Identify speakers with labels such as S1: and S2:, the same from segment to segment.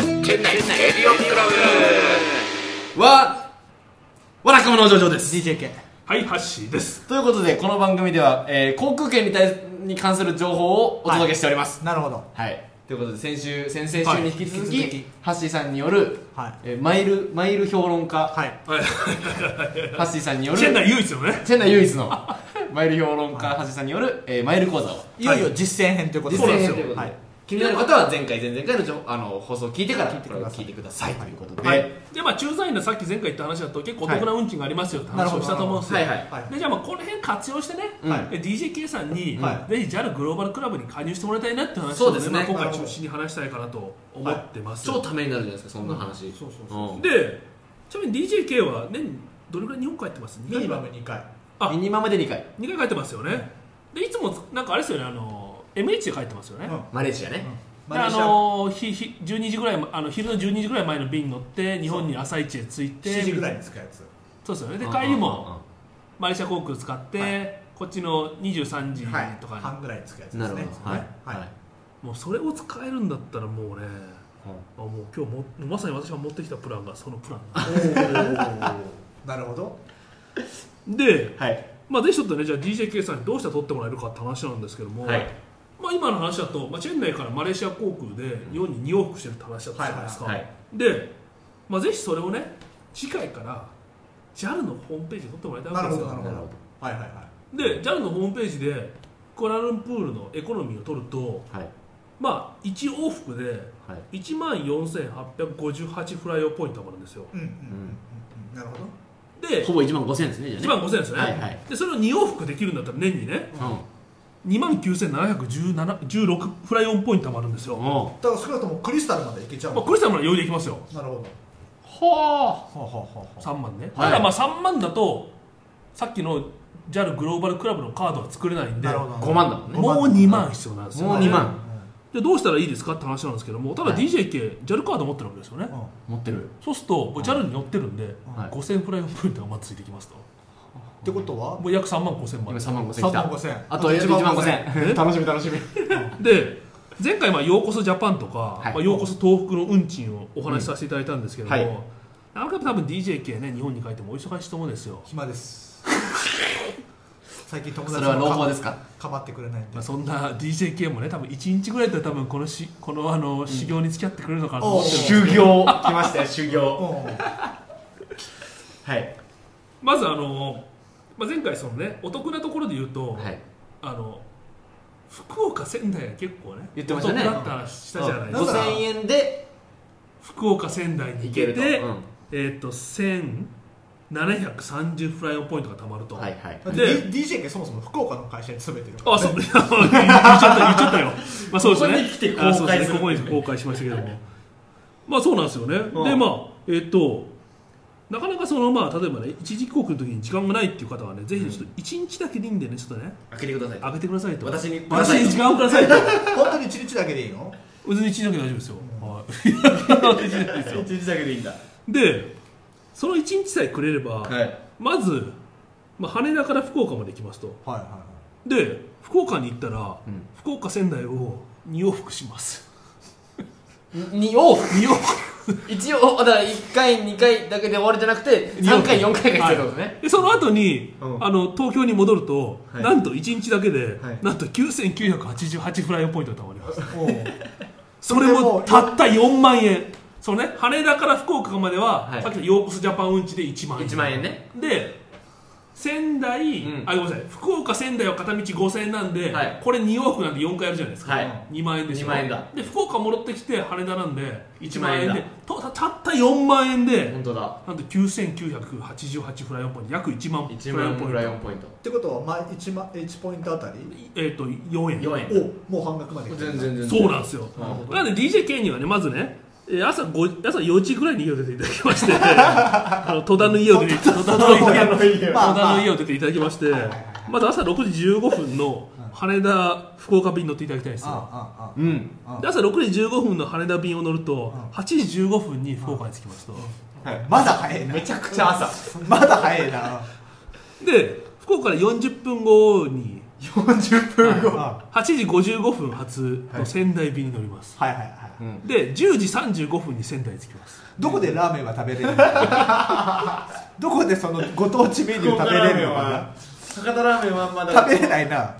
S1: エディオンクラブ
S2: はわらかもの上々です
S3: DJK
S4: はい、ハッシーです。
S2: ということでこの番組では、えー航空券に対に関する情報をお届けしております
S3: なるほど
S2: はい、ということで先週先々週に引き続き,、
S3: はい引き続き
S2: ハッシーさんによる、
S3: はい
S2: えーマイルマイル評論家、
S3: はい
S2: ハッシーさんによる
S4: ジェンダー唯一のね。
S2: チェンナ唯一の マイル評論家、ハッシーさんによる、えーマイル講座を
S3: いよいよ実践編ということ
S2: 実
S3: で
S4: そ
S2: 践
S4: うなんです
S2: 編
S4: よ
S2: ということで、
S3: はい
S2: 気になる方は前回前々回の情あの放送を聞いてからこれを聞いてくださいということで、
S4: はい。で、まあ、駐在員のさっき前回言った話だと、結構お得な運賃がありますよって話をしたと思うんですよ。
S2: はいはい
S3: はい
S4: で、じゃあ、まあ、この辺活用してね、
S2: は
S4: DJK さんに、
S3: は
S4: ぜひ JAL グローバルクラブに加入してもらいたいなって話を、
S2: そうですね
S4: まあ今回中心に話したいかなと思ってます。
S2: 超ためになるじゃないですかそんな話、
S4: そうそうそう
S2: うん
S4: で、ちなみに DJK は年、どれくらい日本帰ってます二
S3: ミニ
S4: 回
S3: マム2回
S4: あ
S2: ミニマムで2回
S4: 二回帰ってますよね。で、いつも、なんかあれですよね、あの、MH で帰ってますよね。
S3: うん
S2: マレーシアね、
S3: マ
S4: で
S3: レ
S4: あ
S3: ーシ
S4: のーひひ12時ぐらいあの昼の12時ぐらい前の便に乗って日本に朝一へ着いて
S3: ア7時ぐらいに使うやつ
S4: そうですよねで
S2: うん
S4: 帰りもマレーシア航空使って、こっちの23時
S3: はい
S4: とかに、
S3: 半ぐらいに使うやつ
S2: うん
S3: で
S2: な
S3: す
S2: るほ
S3: ね
S2: どはい
S3: はい
S2: はい
S4: もうそれを使えるんだったらもうねあもう今日もまさに私が持ってきたプランがそのプランなんで
S3: なるほど
S4: で、
S2: はい
S4: まあ、ぜひちょっとねじゃあ DJK さんにどうして取ってもらえるかって話なんですけども、
S2: はい
S4: まあ、今の話だと、まあ、チェン内からマレーシア航空で日本に2往復してるって話だったじゃないですか、
S2: はいはいは
S4: で、まあ、ぜひそれをね次回から JAL のホームページに撮ってもらいたいわ
S3: な
S4: け
S3: る
S4: で
S3: ほ
S4: す
S3: ど
S4: よ
S3: なる
S2: な
S3: ほど
S2: るほ
S3: はいはいはい
S4: で JAL のホームページでコアラルンプールのエコノミーを取ると、
S2: はい
S4: まあ、1往復で
S2: はい
S4: 1万4858フライオポイントがあるんですよ
S3: うんうんうんうんなるほど
S4: で
S2: ほぼ1万5000円ですねじゃあね
S4: 1万5000円ですね、
S2: はいはい
S4: でそれを2往復できるんだったら年にね2万9716フライオンポイントもあるんですよ、
S2: うん
S4: ま
S2: おう
S3: だから少なくともクリスタルまでいけちゃう
S4: あ、
S3: もん
S4: クリスタルは余裕でいきますよ
S3: なるほど
S2: は
S3: ほうほうほうほう
S4: 3万ね、
S2: はい
S4: ただまあ3万だとさっきの JAL グローバルクラブのカードは作れないんで
S3: なるほど
S2: あ5万だもんね
S4: もう2万必要なんですよ
S2: もう2万
S4: でどうしたらいいですかって話なんですけどもただ
S2: はい
S4: DJK、JAL カード持ってるわけですよね
S3: うんうん
S2: 持ってる
S4: そうすると JAL に乗ってるんで、
S2: はい
S4: 5000フライオンポイントがまずついてきますと
S3: ってことは
S4: もう約3万5000
S2: 今
S4: 万
S2: 3万5000来
S3: 3
S2: た
S3: 万5000
S2: あと1万5000楽しみ楽しみ
S4: で前回、まあ「ようこそジャパン」とか、
S2: はい
S4: まあ「ようこそ東北」の運賃をお話しさせていただいたんですけども、
S2: うん
S4: な
S2: は
S4: ん
S2: い
S4: かやっぱ多分 DJK ね日本に帰ってもお忙しいと思うんですよ、
S3: 暇です 最近友達
S2: それは朗報ですすか
S3: かまってくれないんで
S4: まあ、そんな DJK もね多分1日ぐらいで多分このしこのあの修行に付き合ってくれるのかなと思ってるんですけど、
S2: 修行来ましたよ修行
S3: うん
S2: はい
S4: まずあの、まあ、前回そのねお得なところで言うと、
S2: はい
S4: あの福岡仙台が結構ね
S2: 言ってましたね
S4: お得だった話したじゃないです
S3: うん
S4: か
S3: だから
S2: 5000円で
S4: 福岡仙台に
S2: い
S4: 行
S2: け
S4: け
S2: ると
S4: て
S2: うん
S4: えっ、と1730フライオンポイントがたまると、
S2: はいはい
S3: だって
S4: で
S3: D- DJ がそもそも福岡の会社に勤めてるから
S4: あそう 言っちゃった言っちゃったよまあそうですね
S2: ここに来て公開
S4: あそうです
S2: す
S4: ね
S2: る
S4: ここに公開しましたけどもまあそうなんですよね、
S2: うん
S4: でまあえっ、となかなかそのまあ例えばね一時帰国の時に時間がないっていう方はねぜひちょっと一日だけでいいんでねちょっとね
S2: 開けてください
S4: 開けてくださいと
S2: 私にくだ
S4: 私
S2: さい
S4: に時間をくださいと
S3: 本当に1日だけでいいの
S4: 別に一日だけで大丈夫ですよ、 はい一日だけですよ
S2: 1日だけでいいんだ
S4: でその1日さえくれれば、
S2: はい
S4: まず、まあ、羽田から福岡まで行きますと
S3: はいは
S4: で福岡に行ったら、
S2: うん
S4: 福岡仙台を2往復します
S2: 2往復2往復一応だから1回2回だけで終わりじゃなくて3回4回が必要ってことね
S4: でその後に、
S2: うん
S4: あの東京に戻ると、
S2: はい
S4: なんと1日だけで、
S2: はい
S4: なんと9988フライオンポイントがたま ります
S3: いはい
S4: それ
S3: それ
S4: も
S3: も
S4: たった4万円そのね羽田から福岡までは、
S2: はい
S4: さっきのヨークスジャパン運賃で1万円
S2: 1万円ね
S4: で仙台、
S2: うん
S4: あごめんなさい福岡仙台は片道5000円なんで、
S2: はい
S4: これ2往復なんで4回やるじゃないですか、
S2: はい
S4: 2万円でしょ
S2: 2万円だ
S4: で福岡戻ってきて羽田なんで1万円
S2: 1万
S4: で
S2: 円だ
S4: とたたった4万円で、
S2: 本当だ
S4: なんと9988フライオンポイント約1万
S2: 1
S4: フライオ
S2: 万
S4: ンポイ
S2: フ
S4: ン
S2: ラ
S4: ト
S2: イオンポイント
S3: ってことは、まあ、1, 万1ポイントあたり
S4: えっ、と4円
S2: 4円
S3: おもう半額まで来てる
S2: 全然全然
S4: そうなんですよ
S2: なるほど
S4: なんで DJK にはねまずねえー朝5朝4時ぐらいに家を出ていただき ましてあの戸田の家を出て戸田の家を
S3: まあ
S4: 野
S3: ま
S4: 田
S3: あ
S4: の家を出ていただきまして、まず朝6時15分の羽田、福岡便に乗っていただきたいんですよ。
S3: あああ
S2: うん
S3: あ
S4: で朝6時15分の羽田便を乗ると
S3: うん、
S4: 8時15分に福岡に着きますと。
S3: あまだ早いな
S2: めちゃくちゃ朝
S3: まだ早いな
S4: で、福岡から40分後に、
S2: 40分後
S3: あ
S4: 8時55分発の仙台便に乗ります。
S3: はいはいは
S4: で10時35分に仙台に着きます
S3: どこでラーメンは食べ れるのかどこでそのご当地メニュー食べれるのか
S2: 博多ラーメンはあんま
S3: な
S2: だ
S3: 食べれないなだ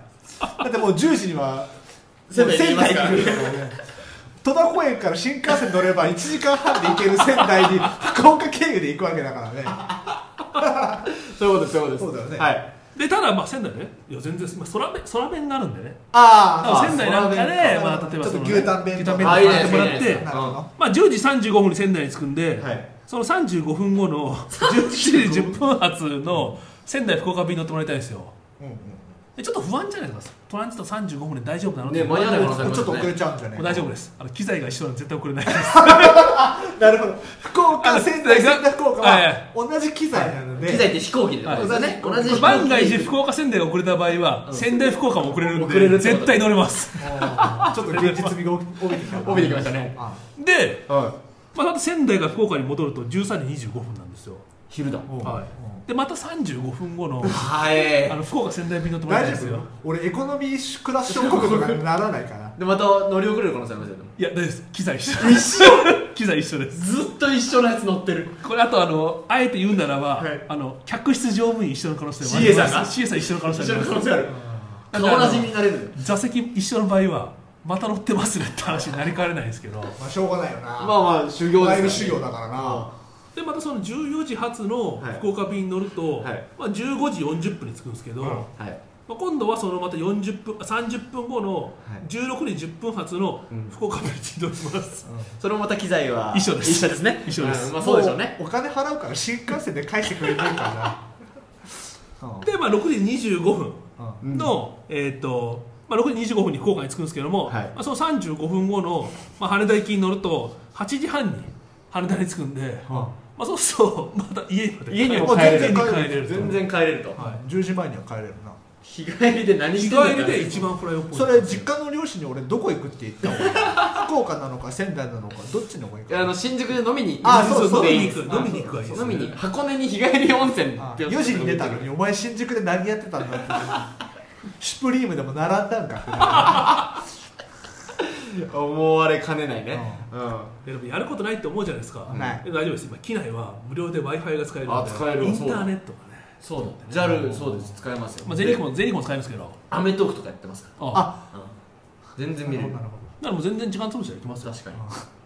S3: ってもう10時には
S2: 仙台にいますから
S3: 仙台にいるからね戸田公園から新幹線乗れば1時間半で行ける仙台に福岡経由で行くわけだからね
S2: そういうことですそういうことです
S3: そうだよね
S2: はい
S4: でただまあ仙台ねいや全然まあ空弁空弁があるんでね
S3: あ
S4: 仙台なんかで、
S3: ね
S4: まあ、例えば
S3: ちょっ
S4: そ
S3: と
S4: のね
S3: 牛タン弁当
S4: 牛
S2: あいいね
S4: 買ってもらっ
S2: いい
S4: て
S2: ね
S3: なるほど
S4: まあ、10時35分に仙台に着くんで、
S2: はい
S4: その35分後の17時10分発の仙台福岡便に乗ってもらいたいんですよ
S3: うんうん
S4: でちょっと不安じゃないですかトランジット35分で大丈夫なの
S2: ね間に合わない可能性
S3: ちょっと遅れちゃうんじゃね
S4: もう大丈夫ですあの機材が一緒なんで絶対遅れないです
S3: なるほど福岡仙台仙台福岡
S4: はいはい
S3: は同じ機材なので
S2: 機材って飛行機で
S4: はい
S2: そうだね同じ飛行機で
S4: 万が一福岡仙台が遅れた場合は、仙台福岡も遅れるんで
S2: 遅れるってこと
S4: 絶対乗れます
S3: あーちょっと現実味が帯びてきた
S2: 帯びてきましたね
S3: あ
S4: で、
S2: は
S4: まあ、また仙台が福岡に戻ると13時25分なんですよ、
S2: い昼だ
S3: うん
S4: は
S3: う
S4: い、でまた35分 後の
S2: はい
S4: あの福岡仙台便に乗ってもらい
S3: 大
S4: たいんで
S3: 丈
S4: す
S3: 夫
S4: よ
S3: 俺エコノミークラス症候群とかならないかな
S2: でまた乗り遅れる可能性ありますよでも
S4: いや大丈夫です機材一緒です一緒 機材一緒です
S2: ずっと一緒のやつ乗ってる
S4: これあとあのあえて言うならば、
S2: はい
S4: あの客室乗務員一緒の可能性もありま
S2: CA さ
S4: す
S2: んが
S4: CA さん一緒の可能性
S2: 一
S4: も
S2: 緒
S4: あ
S2: の
S4: り
S2: 可能
S4: ます
S2: 性ある
S4: だから
S2: 顔なじみになれるのよ
S4: 座席一緒の場合はまた乗ってますねって話になりかねないんですけど
S3: まあしょうがないよな
S2: まあまあ修行
S3: ライブ
S2: です
S3: 修行だからな
S4: でまたその14時発の
S2: はい
S4: 福岡便に乗ると、
S2: はい
S4: まあ、15時40分に着くんですけど、
S3: うん
S4: ま
S2: はい
S4: あ、今度はそのまた40分30分後の
S2: はい
S4: 16時10分発の
S2: うん
S4: 福岡便に乗ります、
S2: それもまた機材は
S4: 一緒です
S2: 一緒ですね
S4: 一緒です
S2: んまあそうでしょうね
S3: もお金払うから新幹線で返してくれる からなうん
S4: で、まあ、6時25分
S3: うん
S4: の、えーとまあ、6時25分に福岡に着くんですけども、
S2: はい
S4: まあ、その35分後の、まあ、羽田行きに乗ると8時半に羽田に着くんで、
S3: は
S4: まあ、そうすると また家にまた
S2: 家に
S3: あ
S2: も
S3: もう
S2: 帰
S3: 全
S2: れ
S3: 然
S2: る
S3: 帰
S4: 帰れ
S3: れ
S4: る
S3: る
S2: 全然帰れると
S4: は
S3: 10時前には帰れるな
S2: 日帰りで何
S4: い、
S2: し
S4: 日
S2: てんの
S4: 帰りで一番フライを
S3: それ実家の両親に俺どこ行くって言った の福岡なのか仙台なのかどっちの方がいい
S2: いや
S3: か
S2: あの新宿で飲みに
S3: あ
S4: そう
S3: そう
S4: 飲
S2: でい
S4: み
S2: い
S4: に
S2: で
S4: 行
S2: す
S4: く飲みに行くわいいです
S2: 飲みに箱根に日帰り温泉って
S3: 4時に出たのにお前新宿で何やってたんだってシュプリームでも並んだんか
S2: 思われかねないねうん
S4: でもやることないって思うじゃないですか、
S3: ない
S4: でも大丈夫です今機内は無料で w i f i が使えるの
S2: あ
S4: で
S2: 使えるわ
S4: イン
S2: そ
S4: タ
S2: うだ
S4: ーネットがね、
S2: そうだね JAL そうです使えますよ
S4: まあ、ゼリーもゼリーも使えますけど
S2: アメトークとかやってますか
S4: あ
S3: あ
S2: らうん全然
S3: な
S2: 見
S3: る
S2: れ
S3: ほ
S2: る
S3: どなるほ
S4: だからもう全然時間潰しちゃいきますよ
S2: 確かに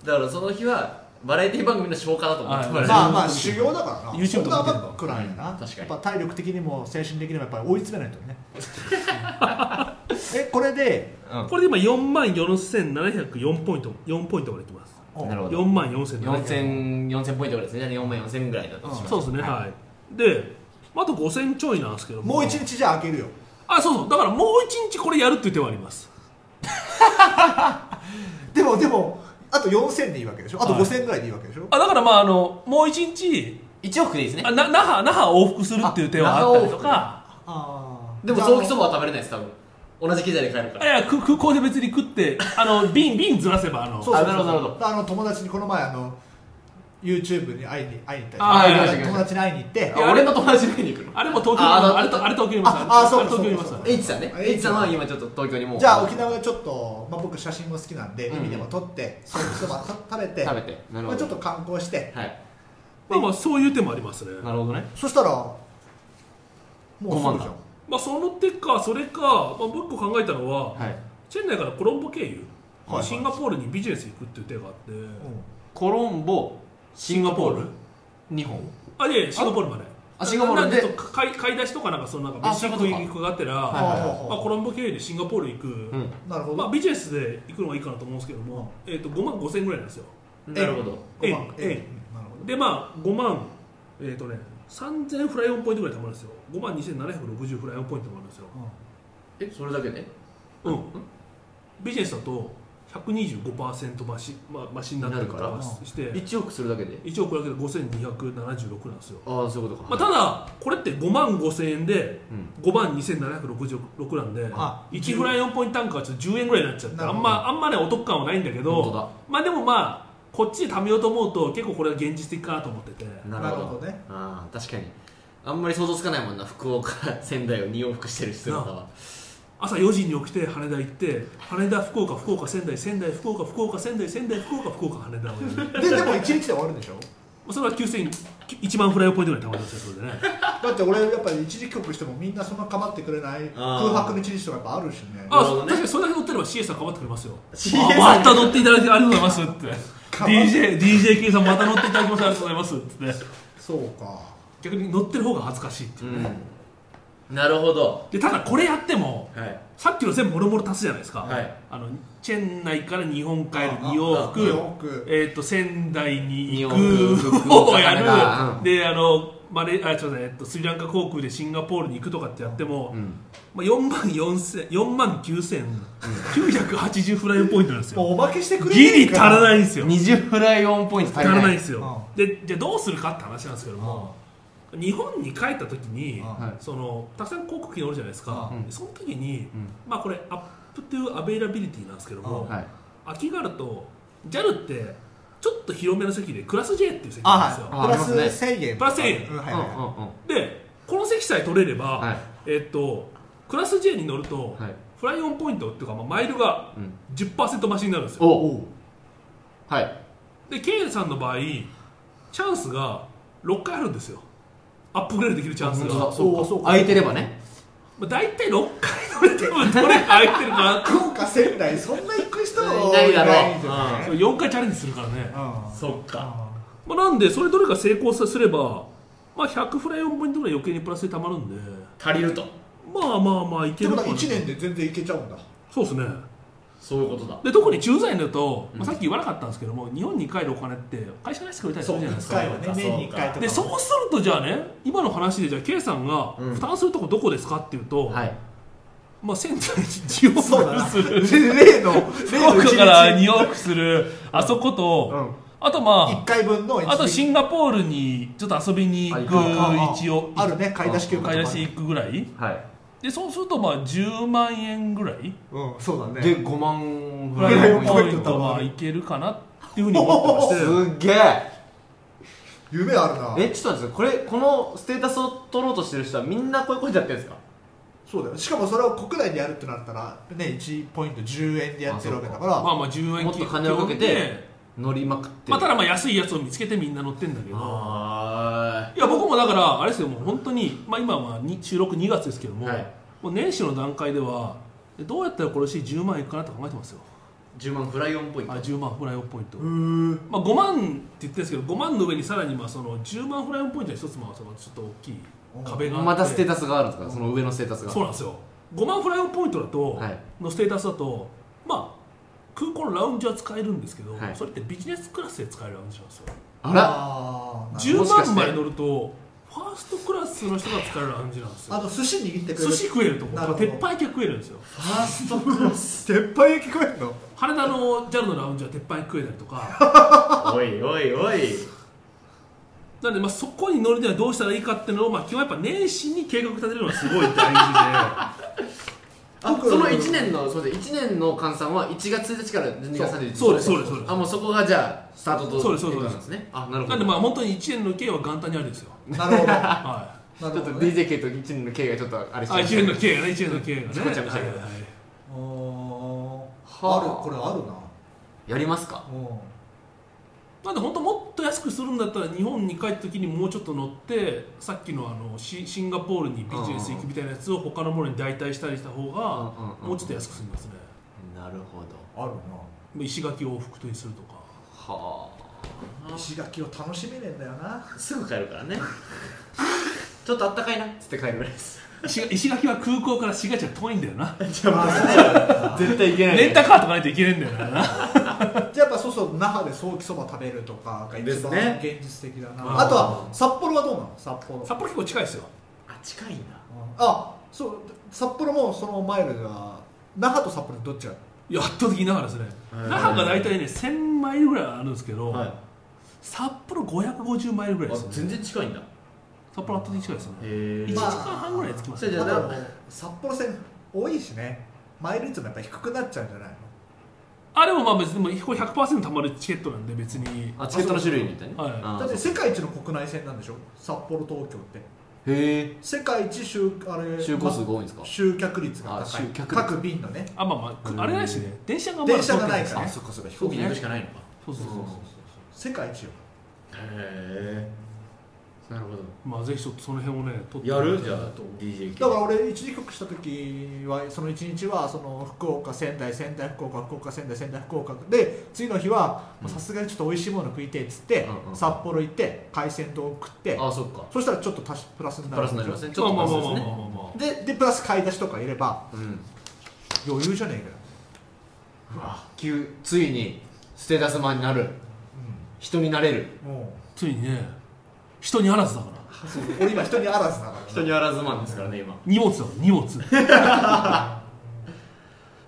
S2: だからその日はバラエティ番組の消化だと思ってもらえる
S3: どまあまあ修行だからな
S4: YouTube
S3: そんな甘くないな、
S2: うん確かに
S3: やっぱ体力的にも精神的にもやっぱり追い詰めな いとねえこれで
S2: うん
S4: これで今4万4704ポイント4ポイントまでいきます
S3: お
S2: なるほど
S4: 4万4704
S2: 4000 4000ポイントぐらいですね4万4000ぐらいだとしましょ
S4: そうですねはい、であと5000ちょいなんですけど
S3: もう一日じゃあ開けるよ
S4: あそうそうだからもう一日これやるっていう手はあります
S3: でもでもあと4000でいいわけでしょあと
S4: はい
S3: 5000ぐらいでいいわけでしょ、
S4: あだからまああのもう一日
S2: 1億でいいですね
S4: あな那覇那覇を往復するっていう手はあったりとか
S3: あー
S2: でも
S3: じゃあ
S2: 早期そばは食べれないです多分同じ機材で帰るか
S4: い
S2: ら
S4: やく空港で別に食ってあの 瓶瓶ずらせばあの
S3: そうそう
S2: あなるほどなるほ
S3: あの友達にこの前あの YouTube に会いに会いに行ったり
S4: あー行きま
S2: した
S3: 友達に会いに行って
S2: いや俺の友達に会いに行くの
S4: あれも東京
S2: あ
S4: あ
S2: あ
S4: あれとあれ東京にいます
S3: ああそう
S4: れ
S3: か
S4: 東京にいます
S3: そうかそうか
S2: H さんね H さんは今ちょっと東京にもう
S3: じゃあ沖縄でちょっと、まあ、僕写真も好きなんで
S2: うん
S3: 海でも撮ってそういうそばた食べて
S2: 食べてなる
S3: ま
S2: ほ
S3: あ、ち
S2: ど
S3: ょっと観光して
S2: はい
S4: まあまあそういう手もありますね
S2: なるほどね
S3: そしたらもうすぐ
S2: 五万だ
S3: じゃん
S4: まあその手かそれか、まあ、もう一個考えたのは、
S2: はい
S4: チェン内からコロンボ経由、
S3: はいはい
S4: シンガポールにビジネス行くっていう手があって、
S2: コロンボシンガポール日本
S4: あいやいやシンガポールまで
S2: あシンガポールで
S4: なんかちょっと買い買い出しとかなんかそのなんか
S2: あ
S4: 飯食いに行くがあったら、
S2: はいはいはい
S4: まあ、コロンボ経由でシンガポール行く、
S2: うん
S3: なるほど、
S4: まあ、ビジネスで行くのがいいかなと思うんですけども、えー、と5万5千円ぐらいなんですよ
S2: なるほど
S3: 五万
S4: ええ
S3: ええなるほど
S4: でまあ5万えっ、とね3000フライオンポイントぐらい貯まるんですよ5万2760フライオンポイント貯まるんですよ
S2: えそれだけで
S4: うん、ビジネスだと125%増し,、まあ、増しになったりと
S2: な
S4: か
S2: る
S3: から
S4: して
S2: 1億するだけで
S4: 1億だけで5276なんですよ、
S2: ああそういうこと
S4: まあ、
S2: か
S4: ただこれって5万5000円で
S2: うん
S4: 5万2766なんで
S3: あ
S4: 1フライ4ポイント単価はちょっと10円ぐらいになっちゃって
S3: なる
S4: あ
S3: ほど
S4: んまあんまねお得感はないんだけ
S2: 本当
S4: ど
S2: だ
S4: まあでもまあこっちで貯めようと思うと結構これは現実的かなと思ってて
S2: な
S3: な
S2: る
S3: る
S2: ほ
S3: ほ
S2: ど
S3: どね
S2: ああ確かにあんまり想像つかないもんな福岡仙台を2往復してる人は
S4: 朝4時に起きて羽田行って羽田福岡福岡仙台仙台福岡福岡仙台仙台福岡福岡羽田をやる
S3: ででも1日で終わるんでしょ
S4: それは9000 1万フライオポイントぐらいたまりますよそれでね
S3: だって俺やっぱり一時帰国してもみんなそんな構ってくれない
S1: あー
S3: 空白の一日とかやっぱあるしね
S1: なるほ
S4: あ
S1: どね
S4: 確かにそれだけ乗ってれば CS さん頑張ってくれますよ
S1: CS
S4: あまた乗っていただいてありがとうございますって DJDJK さんまた乗っていただきましてありがとうございますってね
S3: そうか
S4: 逆に乗ってる方が恥ずかしいっていうね、
S2: なるほど
S4: でただこれやっても
S1: はい
S4: さっきの全部もろもろ足すじゃないですか、
S1: はい
S4: あのチェン内から日本帰る
S3: あ
S4: 2往復
S3: あああ二往復
S4: えー、と仙台に行
S2: 二往復
S4: くをや
S2: 福岡
S4: るであのマレあちょっと、ねえっと、スリランカ航空でシンガポールに行くとかってやっても、まあ、4万4000 4万9980フライポイントなんです
S3: も
S4: よ
S3: うおまけしてくれ
S4: ギリ足らないいんですよ
S2: 20フライオンポイント
S4: 足
S2: 足りない
S4: らないんですよでじゃあどうするかって話なんですけども
S3: あ
S4: 日本に帰った時に
S3: あ
S2: はい
S4: そのたくさん航空機乗るじゃないですか、
S2: うん
S4: その時に、まあこれアップトゥアベイラビリティなんですけども、
S2: はい
S4: 秋があると JAL ってちょっと広めの席でクラス J っていう席
S3: あ
S4: なんです
S3: は
S4: よ
S3: いプ
S2: あ
S3: ラ
S2: ります
S3: ス
S2: ね
S3: 1000円
S4: プラス1000円
S3: うんはい
S2: うん
S3: は
S2: う
S3: いはい
S2: んうん
S4: でこの席さえ取れれば、
S2: はい
S4: えっとクラス J に乗ると、
S2: はい
S4: フライオンポイントっていうか、まあ、マイルが
S2: うん
S4: 10%増しになるんですよ
S2: おおはい
S4: でケンさんの場合チャンスが6回あるんですよアップグレードできるチャンス
S2: 本
S4: が
S2: 当だ
S4: ま
S2: そう
S3: お
S2: か
S3: ーそうか
S2: 空いてればね
S4: あ、大体6回乗れてもどれか空いてるかな
S3: 福岡仙台そんな行く人
S2: いないだろう
S3: じゃない
S4: そう4回チャレンジするからね
S3: うん
S2: そっか
S4: まあ、なんでそれどれか成功させれば、まあ、100フライオンポイントぐらい余計にプラスでたまるんで
S2: 足りると
S4: まあまあまあい
S3: って
S4: ける
S3: こ
S4: か
S3: と
S4: な
S3: は1年で全然行けちゃうんだ
S4: そうですね
S2: そういうことだ
S4: で特に駐在になると、まあ、さっき言わなかったんですけども、日本に帰るお金って会社がしてくれたりするじゃないで
S3: 1
S4: すか
S3: 回は
S1: そう
S3: ね
S1: か
S3: 年に1回とか
S4: でそうするとじゃあね今の話でじゃあ K さんが
S1: うん
S4: 負担するとこどこですかっていうと、
S2: はい
S4: まあ、仙台に10
S3: そうだ
S4: 往
S3: な
S4: 復す る
S3: 例の
S4: 福
S3: 例の
S4: 岡
S3: 一
S4: から2
S3: 日
S4: 往復するあそこと、
S3: うん
S4: あとまあ
S3: 1回分の一日
S4: あとシンガポールにちょっと遊びに行く
S3: ああ
S4: 一応
S3: あるね買い出し休暇とか
S4: 買い出し行くぐらい
S2: はい
S4: でそうするとまあ10万円ぐらい
S3: うんそうだ
S2: で
S3: ね
S2: 5万
S4: フ
S2: フ
S4: ラ
S2: ラ
S4: イ
S2: イ
S4: オ
S2: オ
S4: ン
S2: ン
S4: ポ
S2: ポイ
S4: イン
S2: ン
S4: ト
S2: ト
S4: まあいけるかなっていうふうに思ってまして
S2: すっげえ
S3: 夢あるな
S2: えちょっと待ってくださいこれこのステータスを取ろうとしてる人はみんなこういうことやってるんですか
S3: そうだよしかもそれを国内でやるってなったらね1ポイント10円でやってるわけだから
S4: まあまあ10円
S2: もっと金をかけて
S4: 基本で
S2: 乗りまくって
S4: まあただまあ安いやつを見つけてみんな乗ってんだけど
S2: はい
S4: や僕もだからあれですよもう本当にまあ今はに収録2月ですけども
S2: はい
S4: もう年始の段階ではどうやったらこれし10万いくかなと考えてますよ
S2: い10万フライオンポイント
S4: あ10万フライオンポイント
S3: うーん
S4: まあ、5万って言ってるんですけど5万の上にさらにまあその10万フライオンポイントの一つもそのちょっと大きい壁があって
S2: またステータスがあるんですかその上のステータスが
S4: そうなんですよ5万フライオンポイントだと、
S2: はい
S4: のステータスだとまあ空港のラウンジは使えるんですけど、
S2: はい
S4: それってビジネスクラスで使えるラウンジなんですよ
S2: あら
S3: あー
S4: 10
S2: もしかして
S4: 万まで乗るとファーストクラスの人が使えるラウンジなんです
S3: あ
S4: よ
S3: の寿司握ってくれ
S4: 寿
S3: る
S4: 司食えるとこ
S3: なるほど
S4: 鉄板焼きが食えるんですよ
S2: ファーストクラス
S3: 鉄板焼き食えんの
S4: 羽田の JAL のラウンジは鉄板焼き食えたりとか
S1: おいおいおい
S4: なのでまあそこに乗るにはどうしたらいいかっていうのを、まあ、基本やっぱ年始に計画立てるのがすごい大事で。
S2: あその1年のそうです1年の換算は1月1日から12月31日
S4: そうですそうですそうです
S2: あもうそこがじゃあスタートと
S4: そうですそうです
S2: なんですねあなるほど
S4: なんでまあ本当に1年の計は元旦にあるんです よ。
S3: なるほどな
S4: は
S3: る
S2: ちょっ
S3: ほ
S2: と
S3: どね
S2: DJK と1年の K がちょっとあれ
S4: い。
S2: し
S4: あ
S2: て
S4: 1年の計がね1年の計がね。
S2: ごちゃごちゃ
S4: はいはいはい
S3: あーあ
S2: はあ
S3: るこれあるな
S2: やりますか
S4: なんで本当もっと安くするんだったら日本に帰った時にもうちょっと乗ってさっきのあのシシンガポールにビジネス行くみたいなやつを他のものに代替したりした方が
S2: うんうんうん
S4: もうちょっと安く済みますね。
S2: なるほ
S3: うんある
S4: 石垣往復とにするとか。
S2: どは
S3: な石垣を楽しめねえんだよな
S1: すぐ帰るからね
S2: あちょっとあったかいなっつって帰るぐらい です
S4: 石石垣は空港から市街地は遠いんだよな。
S1: じゃあま
S2: 絶対いけ
S4: レンタカーとかないといけないんだよな。
S3: じゃあやっぱそうそう那覇でソーキそば食べるとかが
S1: で
S3: 一
S1: す
S3: 番
S1: ね
S3: 現実的だな、
S4: うん
S3: あとは札幌はどうなの札幌
S4: 札幌結構近いですよ。
S1: あ近いんだ
S3: あそう札幌もそのマイルでは那覇と札幌どっちが
S4: やっと的ながらですね。
S1: はい
S4: 那覇が大体ね1000マイルぐらいあるんですけど。
S1: はい
S4: 札幌550マイルぐらい
S1: あ
S4: です、ね、
S1: 全然近いんだへ
S4: 札幌圧倒的に近いですね、
S1: え
S4: 1時
S3: ま
S4: 間
S3: あ
S4: 半ぐらいで着きます
S1: じ
S4: ね
S1: ゃあ
S3: あ
S1: じゃあ
S3: と札幌線多いしねマイル率もやっぱ低くなっちゃうんじゃないの
S4: あれもまあ別にもうこれ100%貯まるチケットなんで別に
S2: あチケットの種類みたいな
S4: はい
S2: あ
S3: だって世界一の国内線なんでしょ札幌東京って
S2: へえ
S3: 世界一集あれ
S2: 就航数が多いんですか
S3: ま集客率が
S2: あ
S3: 高い
S2: 集客率
S3: 各便のね
S4: あまあまあくあれないしね電車がまだ
S3: 電車がないからね
S4: 通ってんです
S3: そっかそっか飛
S1: 飛行機で行くしかないのか
S4: そうそうそうそう
S3: 世界一よ
S1: へえなるほど
S4: まあぜひちょっとその辺をね取って
S1: やるじゃ
S4: あ
S1: あ DJ
S3: だから俺一時帰国した時はその一日はその福岡仙台仙台福岡福岡仙台仙台福岡で次の日は
S1: うん
S3: さすがにちょっと美味しいもの食いてえっつって、
S1: うんうん
S3: 札幌行って海鮮丼食って
S1: あそっか
S3: そしたらちょっと足しプラスにな
S1: プ
S3: る
S1: ラスになりますねちょ
S4: ま
S1: っ
S4: あ
S1: とプ
S4: まあ
S1: ラス
S4: まあ
S1: で
S4: ますあまあ
S1: ね
S4: まあまあ
S3: ででプラス買い出しとかいれば
S1: うん
S3: 余裕じゃねえかよ
S2: 急ついにステータスマンになる人になれる
S3: うんも
S4: ついにね人にあらずだから
S3: うそう俺今人にあらずだから
S1: 人にあらずマンですからね今
S4: 荷物だ荷物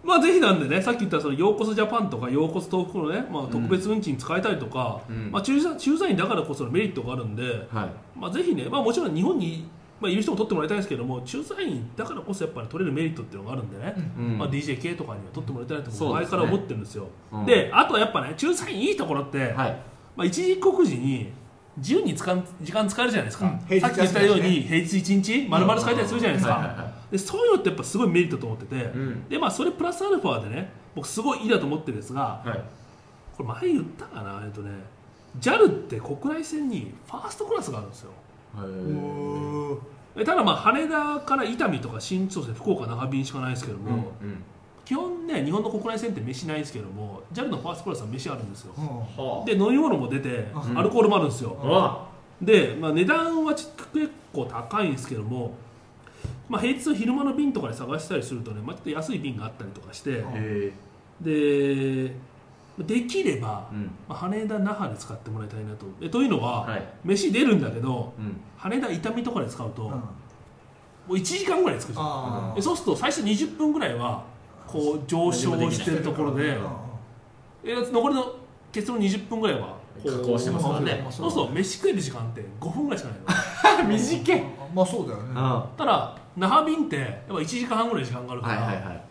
S4: まあぜひなんでねさっき言ったそのようこそジャパンとかようこそ東北のね、まあ、特別運賃使えたりとか、
S1: うん
S4: まあ、駐在駐在員だからこそのメリットがあるんで、
S1: はい
S4: まあ、ぜひね、まあ、もちろん日本に、まあ、いる人も取ってもらいたいんですけども駐在員だからこそやっぱり取れるメリットっていうのがあるんでね、
S1: うん
S4: まあ、DJK とかには取ってもらいたいなと僕
S1: そう
S4: 前
S1: です
S4: か
S1: ね
S4: ら思ってるんですよで,、
S1: うん
S4: あとはやっぱね駐在員いいところって、
S1: はい
S4: まあ、一時帰国時に自由に使う時間使えるじゃないですか、
S3: うん平
S4: さっ
S3: 日
S4: き
S3: 休みだ
S4: 言
S3: しね
S4: ったように平日1日丸々使えたりするじゃないですか、
S1: うんはいはいは
S4: でそういうのってやっぱすごいメリットと思ってて、
S1: ん
S4: でまあ、それプラスアルファでね僕すごいいいだと思ってるんですが
S1: はい
S4: これ前言ったかなえっとね JAL って国内線にファーストクラスがあるんですよ
S3: おー
S4: えただまあ羽田から伊丹とか新千歳福岡長便しかないですけども、
S1: うん
S4: 基本ね日本の国内線って飯ないですけども JAL のファーストクラスは飯あるんですよ
S3: うん
S1: は
S4: で飲み物も出て
S3: うん
S4: アルコールもあるんですよ、
S1: あわ
S4: で、まあ、値段はち結構高いんですけども、まあ、平日の昼間の便とかで探したりするとね、まあ、ちょっと安い便があったりとかして
S3: あ
S1: へえ
S4: でできれば、
S1: うん
S4: まあ、羽田那覇で使ってもらいたいなとえというのは、
S1: はい
S4: 飯出るんだけど
S1: うん
S4: 羽田伊丹とかで使うと、
S3: うん
S4: もう1時間ぐらいつくじゃん
S3: あー
S4: でそうすると最初20分ぐらいはこう上昇してるところで
S3: うん
S4: え残りの結論20分ぐらいはこう
S1: 加工してますからね
S4: そうすると飯食える時間って5分ぐらいしかないの
S2: 短い
S3: まあそうだよね
S1: は
S4: ただ那覇便ってやっぱ1時間半ぐらい時間がある
S1: い
S4: か
S1: はい
S4: ら、
S1: はい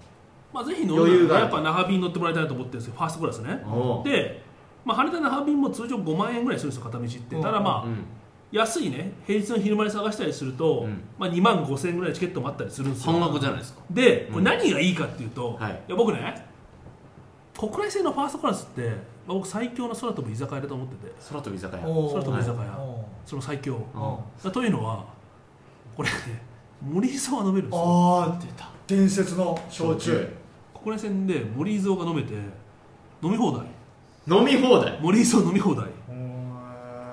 S4: まあ、ぜひ乗る
S1: 余裕
S4: な
S1: が
S4: ら
S1: ある
S4: やっぱ那覇便乗ってもらいたいなと思ってるんですよファーストクラスね
S1: おー
S4: で、まあ、羽田那覇便も通常5万円ぐらいするんですよ片道って
S3: うん
S4: ただまあ、
S1: うん
S4: 安いね平日の昼間に探したりすると、
S1: うん
S4: まあ、2万5千円ぐらいのチケットもあったりするんですよ
S2: 半額じゃないですか
S4: でこれ何がいいかっていうと、
S1: はい
S4: や僕ね国内線のファーストクラスって、まあ、僕最強の空飛ぶ居酒屋だと思ってて
S1: 空飛び居酒屋
S3: おー
S4: 空飛ぶ居酒屋、
S3: うん
S4: その最強
S1: うん
S4: というのはこれね森伊蔵が飲めるんですよ
S3: ああ出た伝説の焼酎
S4: 国内線で森伊蔵が飲めて飲み放題
S1: 飲み放題
S4: 森伊蔵飲み放題で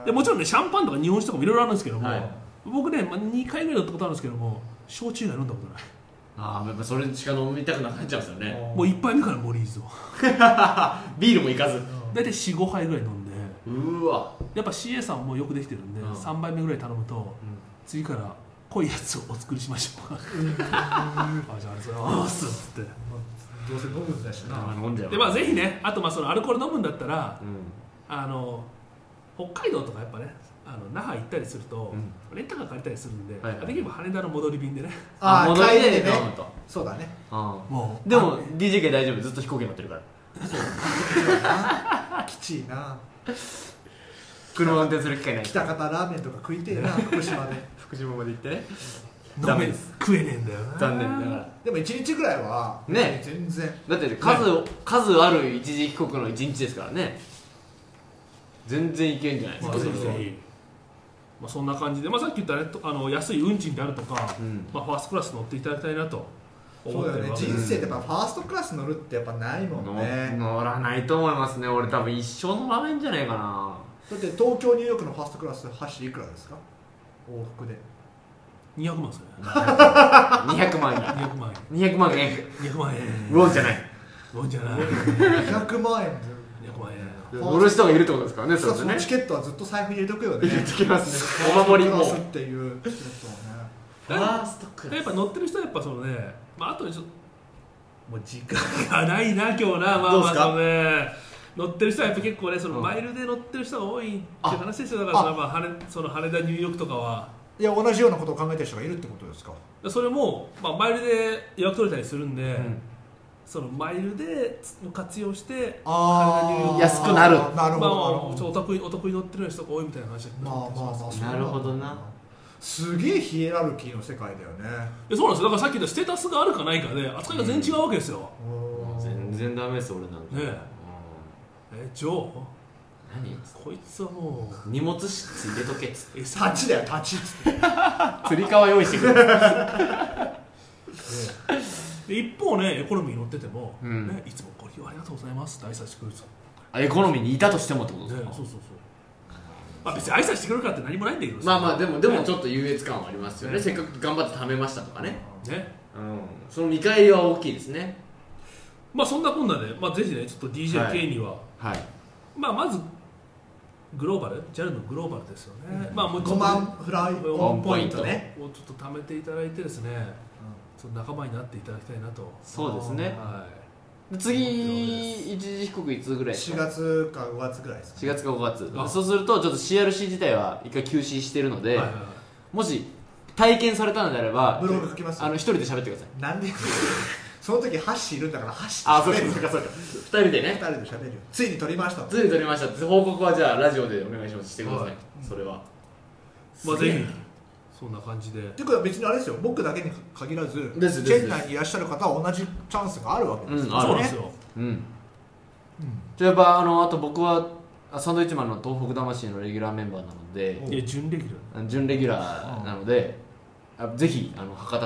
S3: で
S4: もちろんねシャンパンとか日本酒とかもいろいろあるんですけども、
S1: はい
S4: 僕ね、まあ、2回ぐらいだったことあるんですけども焼酎以外飲んだことない
S1: ああやっぱそれしか飲みたくなくなっちゃうんですよね
S4: もう1杯目から森伊蔵
S1: ビールもいかず
S4: 大体45杯ぐらい飲んで
S1: うーわ
S4: やっぱ CA さんもよくできてるんで、
S1: うん
S4: 3杯目ぐらい頼むと、
S1: ん
S4: 次から濃いやつをお作りしましょう あじゃあありがとうございますっつって
S3: どうせ飲むんだしな
S1: あー飲んじゃう
S4: でまあぜひねあとまあそのアルコール飲むんだったら
S1: うん
S4: あの北海道とかやっぱねあの那覇行ったりすると、
S1: う
S4: レンタカー借りたりするんで、
S1: はいはい
S4: できれば羽田の戻り便でね
S3: ああ
S1: 戻って
S3: 帰ってね
S1: 飲むと
S3: そうだね
S1: あ
S4: も
S1: ーでも DJK 大丈夫ずっと飛行機乗ってるから
S3: きちいな
S1: 車運転する機会ない
S3: 喜多方ラーメンとか食いてえな福島で
S1: 福島まで行ってね
S4: 飲
S1: ダ
S4: め
S1: メ
S4: で
S1: です
S4: 食えねえんだよな
S1: 残念ながら
S3: でも一日ぐらいは
S1: ね
S3: 全然
S1: だって数,、数ある一時帰国の一日ですからね全然いけんじゃないです
S4: ま
S1: か、
S4: あ、ぜ
S1: それ
S4: ひぜ
S1: は
S4: ひ、まあ、そんな感じで、まあ、さっき言ったねとあの安い運賃であるとか、
S1: うん
S4: まあ、ファーストクラス乗っていただきたいなと
S3: そ
S4: 思
S3: う
S4: っ
S3: だ
S4: て
S3: よ
S4: る
S3: ね
S4: わけで
S3: 人生ってやっぱファーストクラス乗るってやっぱないもんね
S1: 乗乗らないと思いますね俺多分一生乗らないんじゃないかな
S3: だって東京ニューヨークのファーストクラス箸いくらですか往復で
S4: 200万ですね
S1: 200万円
S4: 200万
S1: 200万円
S4: 円200万円
S1: ウォンじゃない
S4: どんじゃない
S3: 200万円で
S4: 200万円
S1: 乗る人がいるってことですからねそ
S3: そ
S1: うれで
S3: そ
S1: ね
S3: のチケットはずっと財布に入れとくよね
S1: 入れときますねお守りも
S3: ファーストクラスっていうチケットはね
S1: ファーストク
S4: やっぱ乗ってる人はやっぱそのね、まあ、あとでちょっともう時間がないな今日なまあ
S1: どうで
S4: まあ
S1: す
S4: そ
S1: か
S4: のね乗ってる人はやっぱ結構ねその
S1: うん
S4: マイルで乗ってる人が多いって話ですよだからそのまあ羽その羽田ニューヨークとかはい
S3: や同じようなことを考えてる人がいるってことですか
S4: それも、まあ、マイルで予約取れたりするんで、
S1: ん
S4: そのマイルで活用して
S3: ああ
S1: 安くなる
S3: なる
S4: まあ
S3: ほ
S4: ま
S3: ど
S4: あ
S3: なるほ
S4: ちょ
S3: ど
S4: っとお得意お得意乗ってる人が多いみたいな話だったり
S3: まあまあまあ
S1: なるほどな
S3: すげえヒエラルキーの世界だよね
S4: えそうなんですよだからさっき言ったステータスがあるかないかで扱いが全然違うわけですよ、
S2: もう全然ダメです俺なんか、
S4: ねえ
S2: う
S4: えジョー
S2: ん何
S4: こいつはもう
S2: 荷物室入れとけっつって
S4: 立
S3: 立ちだよ立ちっつって
S5: 釣り革用意してくれる
S4: で一方ねエコノミーに乗ってても、
S2: うん
S4: ね、いつもご利用ありがとうございますって挨拶してくるんですよ、
S2: あエコノミーにいたとしてもってこと
S4: ね
S2: です
S4: そ
S2: か
S4: うそうそうまあ別に挨拶してくれるからって何もないんだけどさ
S2: まあまあでもでもちょっと優越感はありますよねせっかく頑張って貯めましたとかね
S4: ね
S2: うんその見返りは大きいですね
S4: まあそんなこんなで、まあ、ぜひねちょっと DJK には、
S2: はい
S4: まあまずグローバル JAL のグローバルですよね、まあもうちょ
S3: 5
S4: っと
S3: 万フライオンポイントね
S4: をちょっと貯めていただいてですね、ちょっと仲間になっていただきたいなと
S2: そうですね
S4: はい
S2: 次一時帰国いつぐらいです
S3: 4
S2: か
S3: 月か5月ぐらいですか
S2: 4月か5月
S4: あ
S2: そうするとちょっと CRC 自体は一回休止してるので、
S4: はいはいはい
S2: もし体験されたのであれば
S3: ブログ書きます
S2: あの一人で喋ってください
S3: なんでその時ハッシーいるんだからハッシー
S2: あそうかそうかそうか2人で
S3: 2
S2: ね
S3: 人で喋るよついに撮りました
S2: ついに撮りましたって報告はじゃあラジオでお願いしますしてください、
S4: はい
S2: それは
S4: まあ
S3: すげ
S4: ぜ
S3: え
S4: ひそんな感じで
S3: ってことは別にあれですよ僕だけに限らず
S2: ですです
S3: 県内にいらっしゃる方は同じチャンスがあるわけです
S2: う
S4: そ
S2: ん
S4: う
S2: ある
S4: なん
S2: ね
S4: ですよ
S2: うんじゃあやっぱあのあと僕はあサンドウィッチマンの東北魂のレギュラーメンバーなので
S3: うん
S4: いや準レギュ
S2: あの準レギュラーなのであぜひあの博多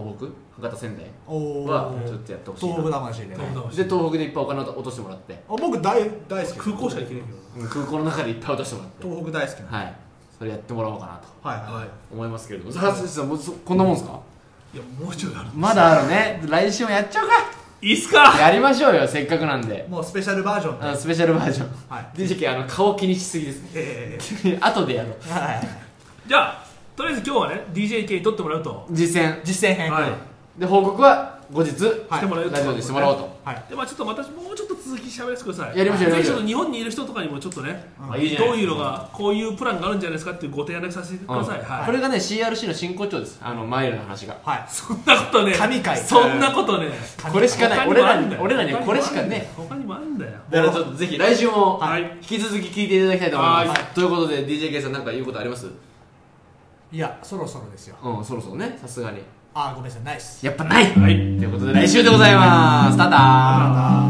S2: 東北博多仙台
S3: おお
S2: は
S3: ー
S2: ちょっとやってほしい
S3: 東
S2: な
S3: 北魂でね
S4: ラー
S3: あ
S4: だ
S2: で東北でいっぱいお金を落としてもらって
S3: 僕大大好き
S4: 空港車行けないけ
S2: うん空港の中でいっぱい落としてもらっ
S3: 東北大好きな
S2: て
S3: の
S2: はいそれやってもらおうかなと
S3: はい
S4: ど
S3: は
S4: はい
S3: い
S2: 思いますけれどもさあ先生もうそこんなもんですか
S4: いやもうちょいある
S2: まだあるね来週もやっちゃうか
S4: いいっすか
S2: やりましょうよせっかくなんで
S3: もうスペシャルバージョンで
S2: あのスペシャルバージョン
S3: はい
S2: DJK あの顔気にしすぎですね
S3: え
S2: 後でやろう
S3: えはい
S4: じゃあとりあえず今日はね DJK に撮ってもらうと
S2: 実践
S3: 実践編
S4: はい
S2: で報告は後日
S3: はい
S4: してもらうと
S2: ラジオでしてもらおうと
S3: はい
S4: でまあちょっとまたもうちょっと続き喋らせてください
S2: やりましょうやりま
S4: ぜひ
S2: し
S4: ち
S2: ょう
S4: ょっと日本にいる人とかにもちょっとね
S2: あいいじゃない
S4: どういうのがこういうプランがあるんじゃないですかっていうご提案だけさせてください、
S2: うん
S4: は
S2: こ
S4: い
S2: れがね CRC の真骨頂ですあのマイルの話が
S3: はい
S4: そんなことね
S3: 神回
S4: そんなことね
S2: これしかない俺らに俺らには
S4: は
S2: これしかね
S4: 他にもあるんだよ
S2: だからちょっとぜひ来週も
S4: はい
S2: 引き続き聞いていただきたいと思いま
S4: は
S2: すということで DJK さんなんか言うことあります
S3: いやそろそろですよ
S2: うんそろそろねさすがに
S3: あーごめんなさいないっす
S2: やっぱない
S4: はい
S2: ということで来週でございますタター
S3: あー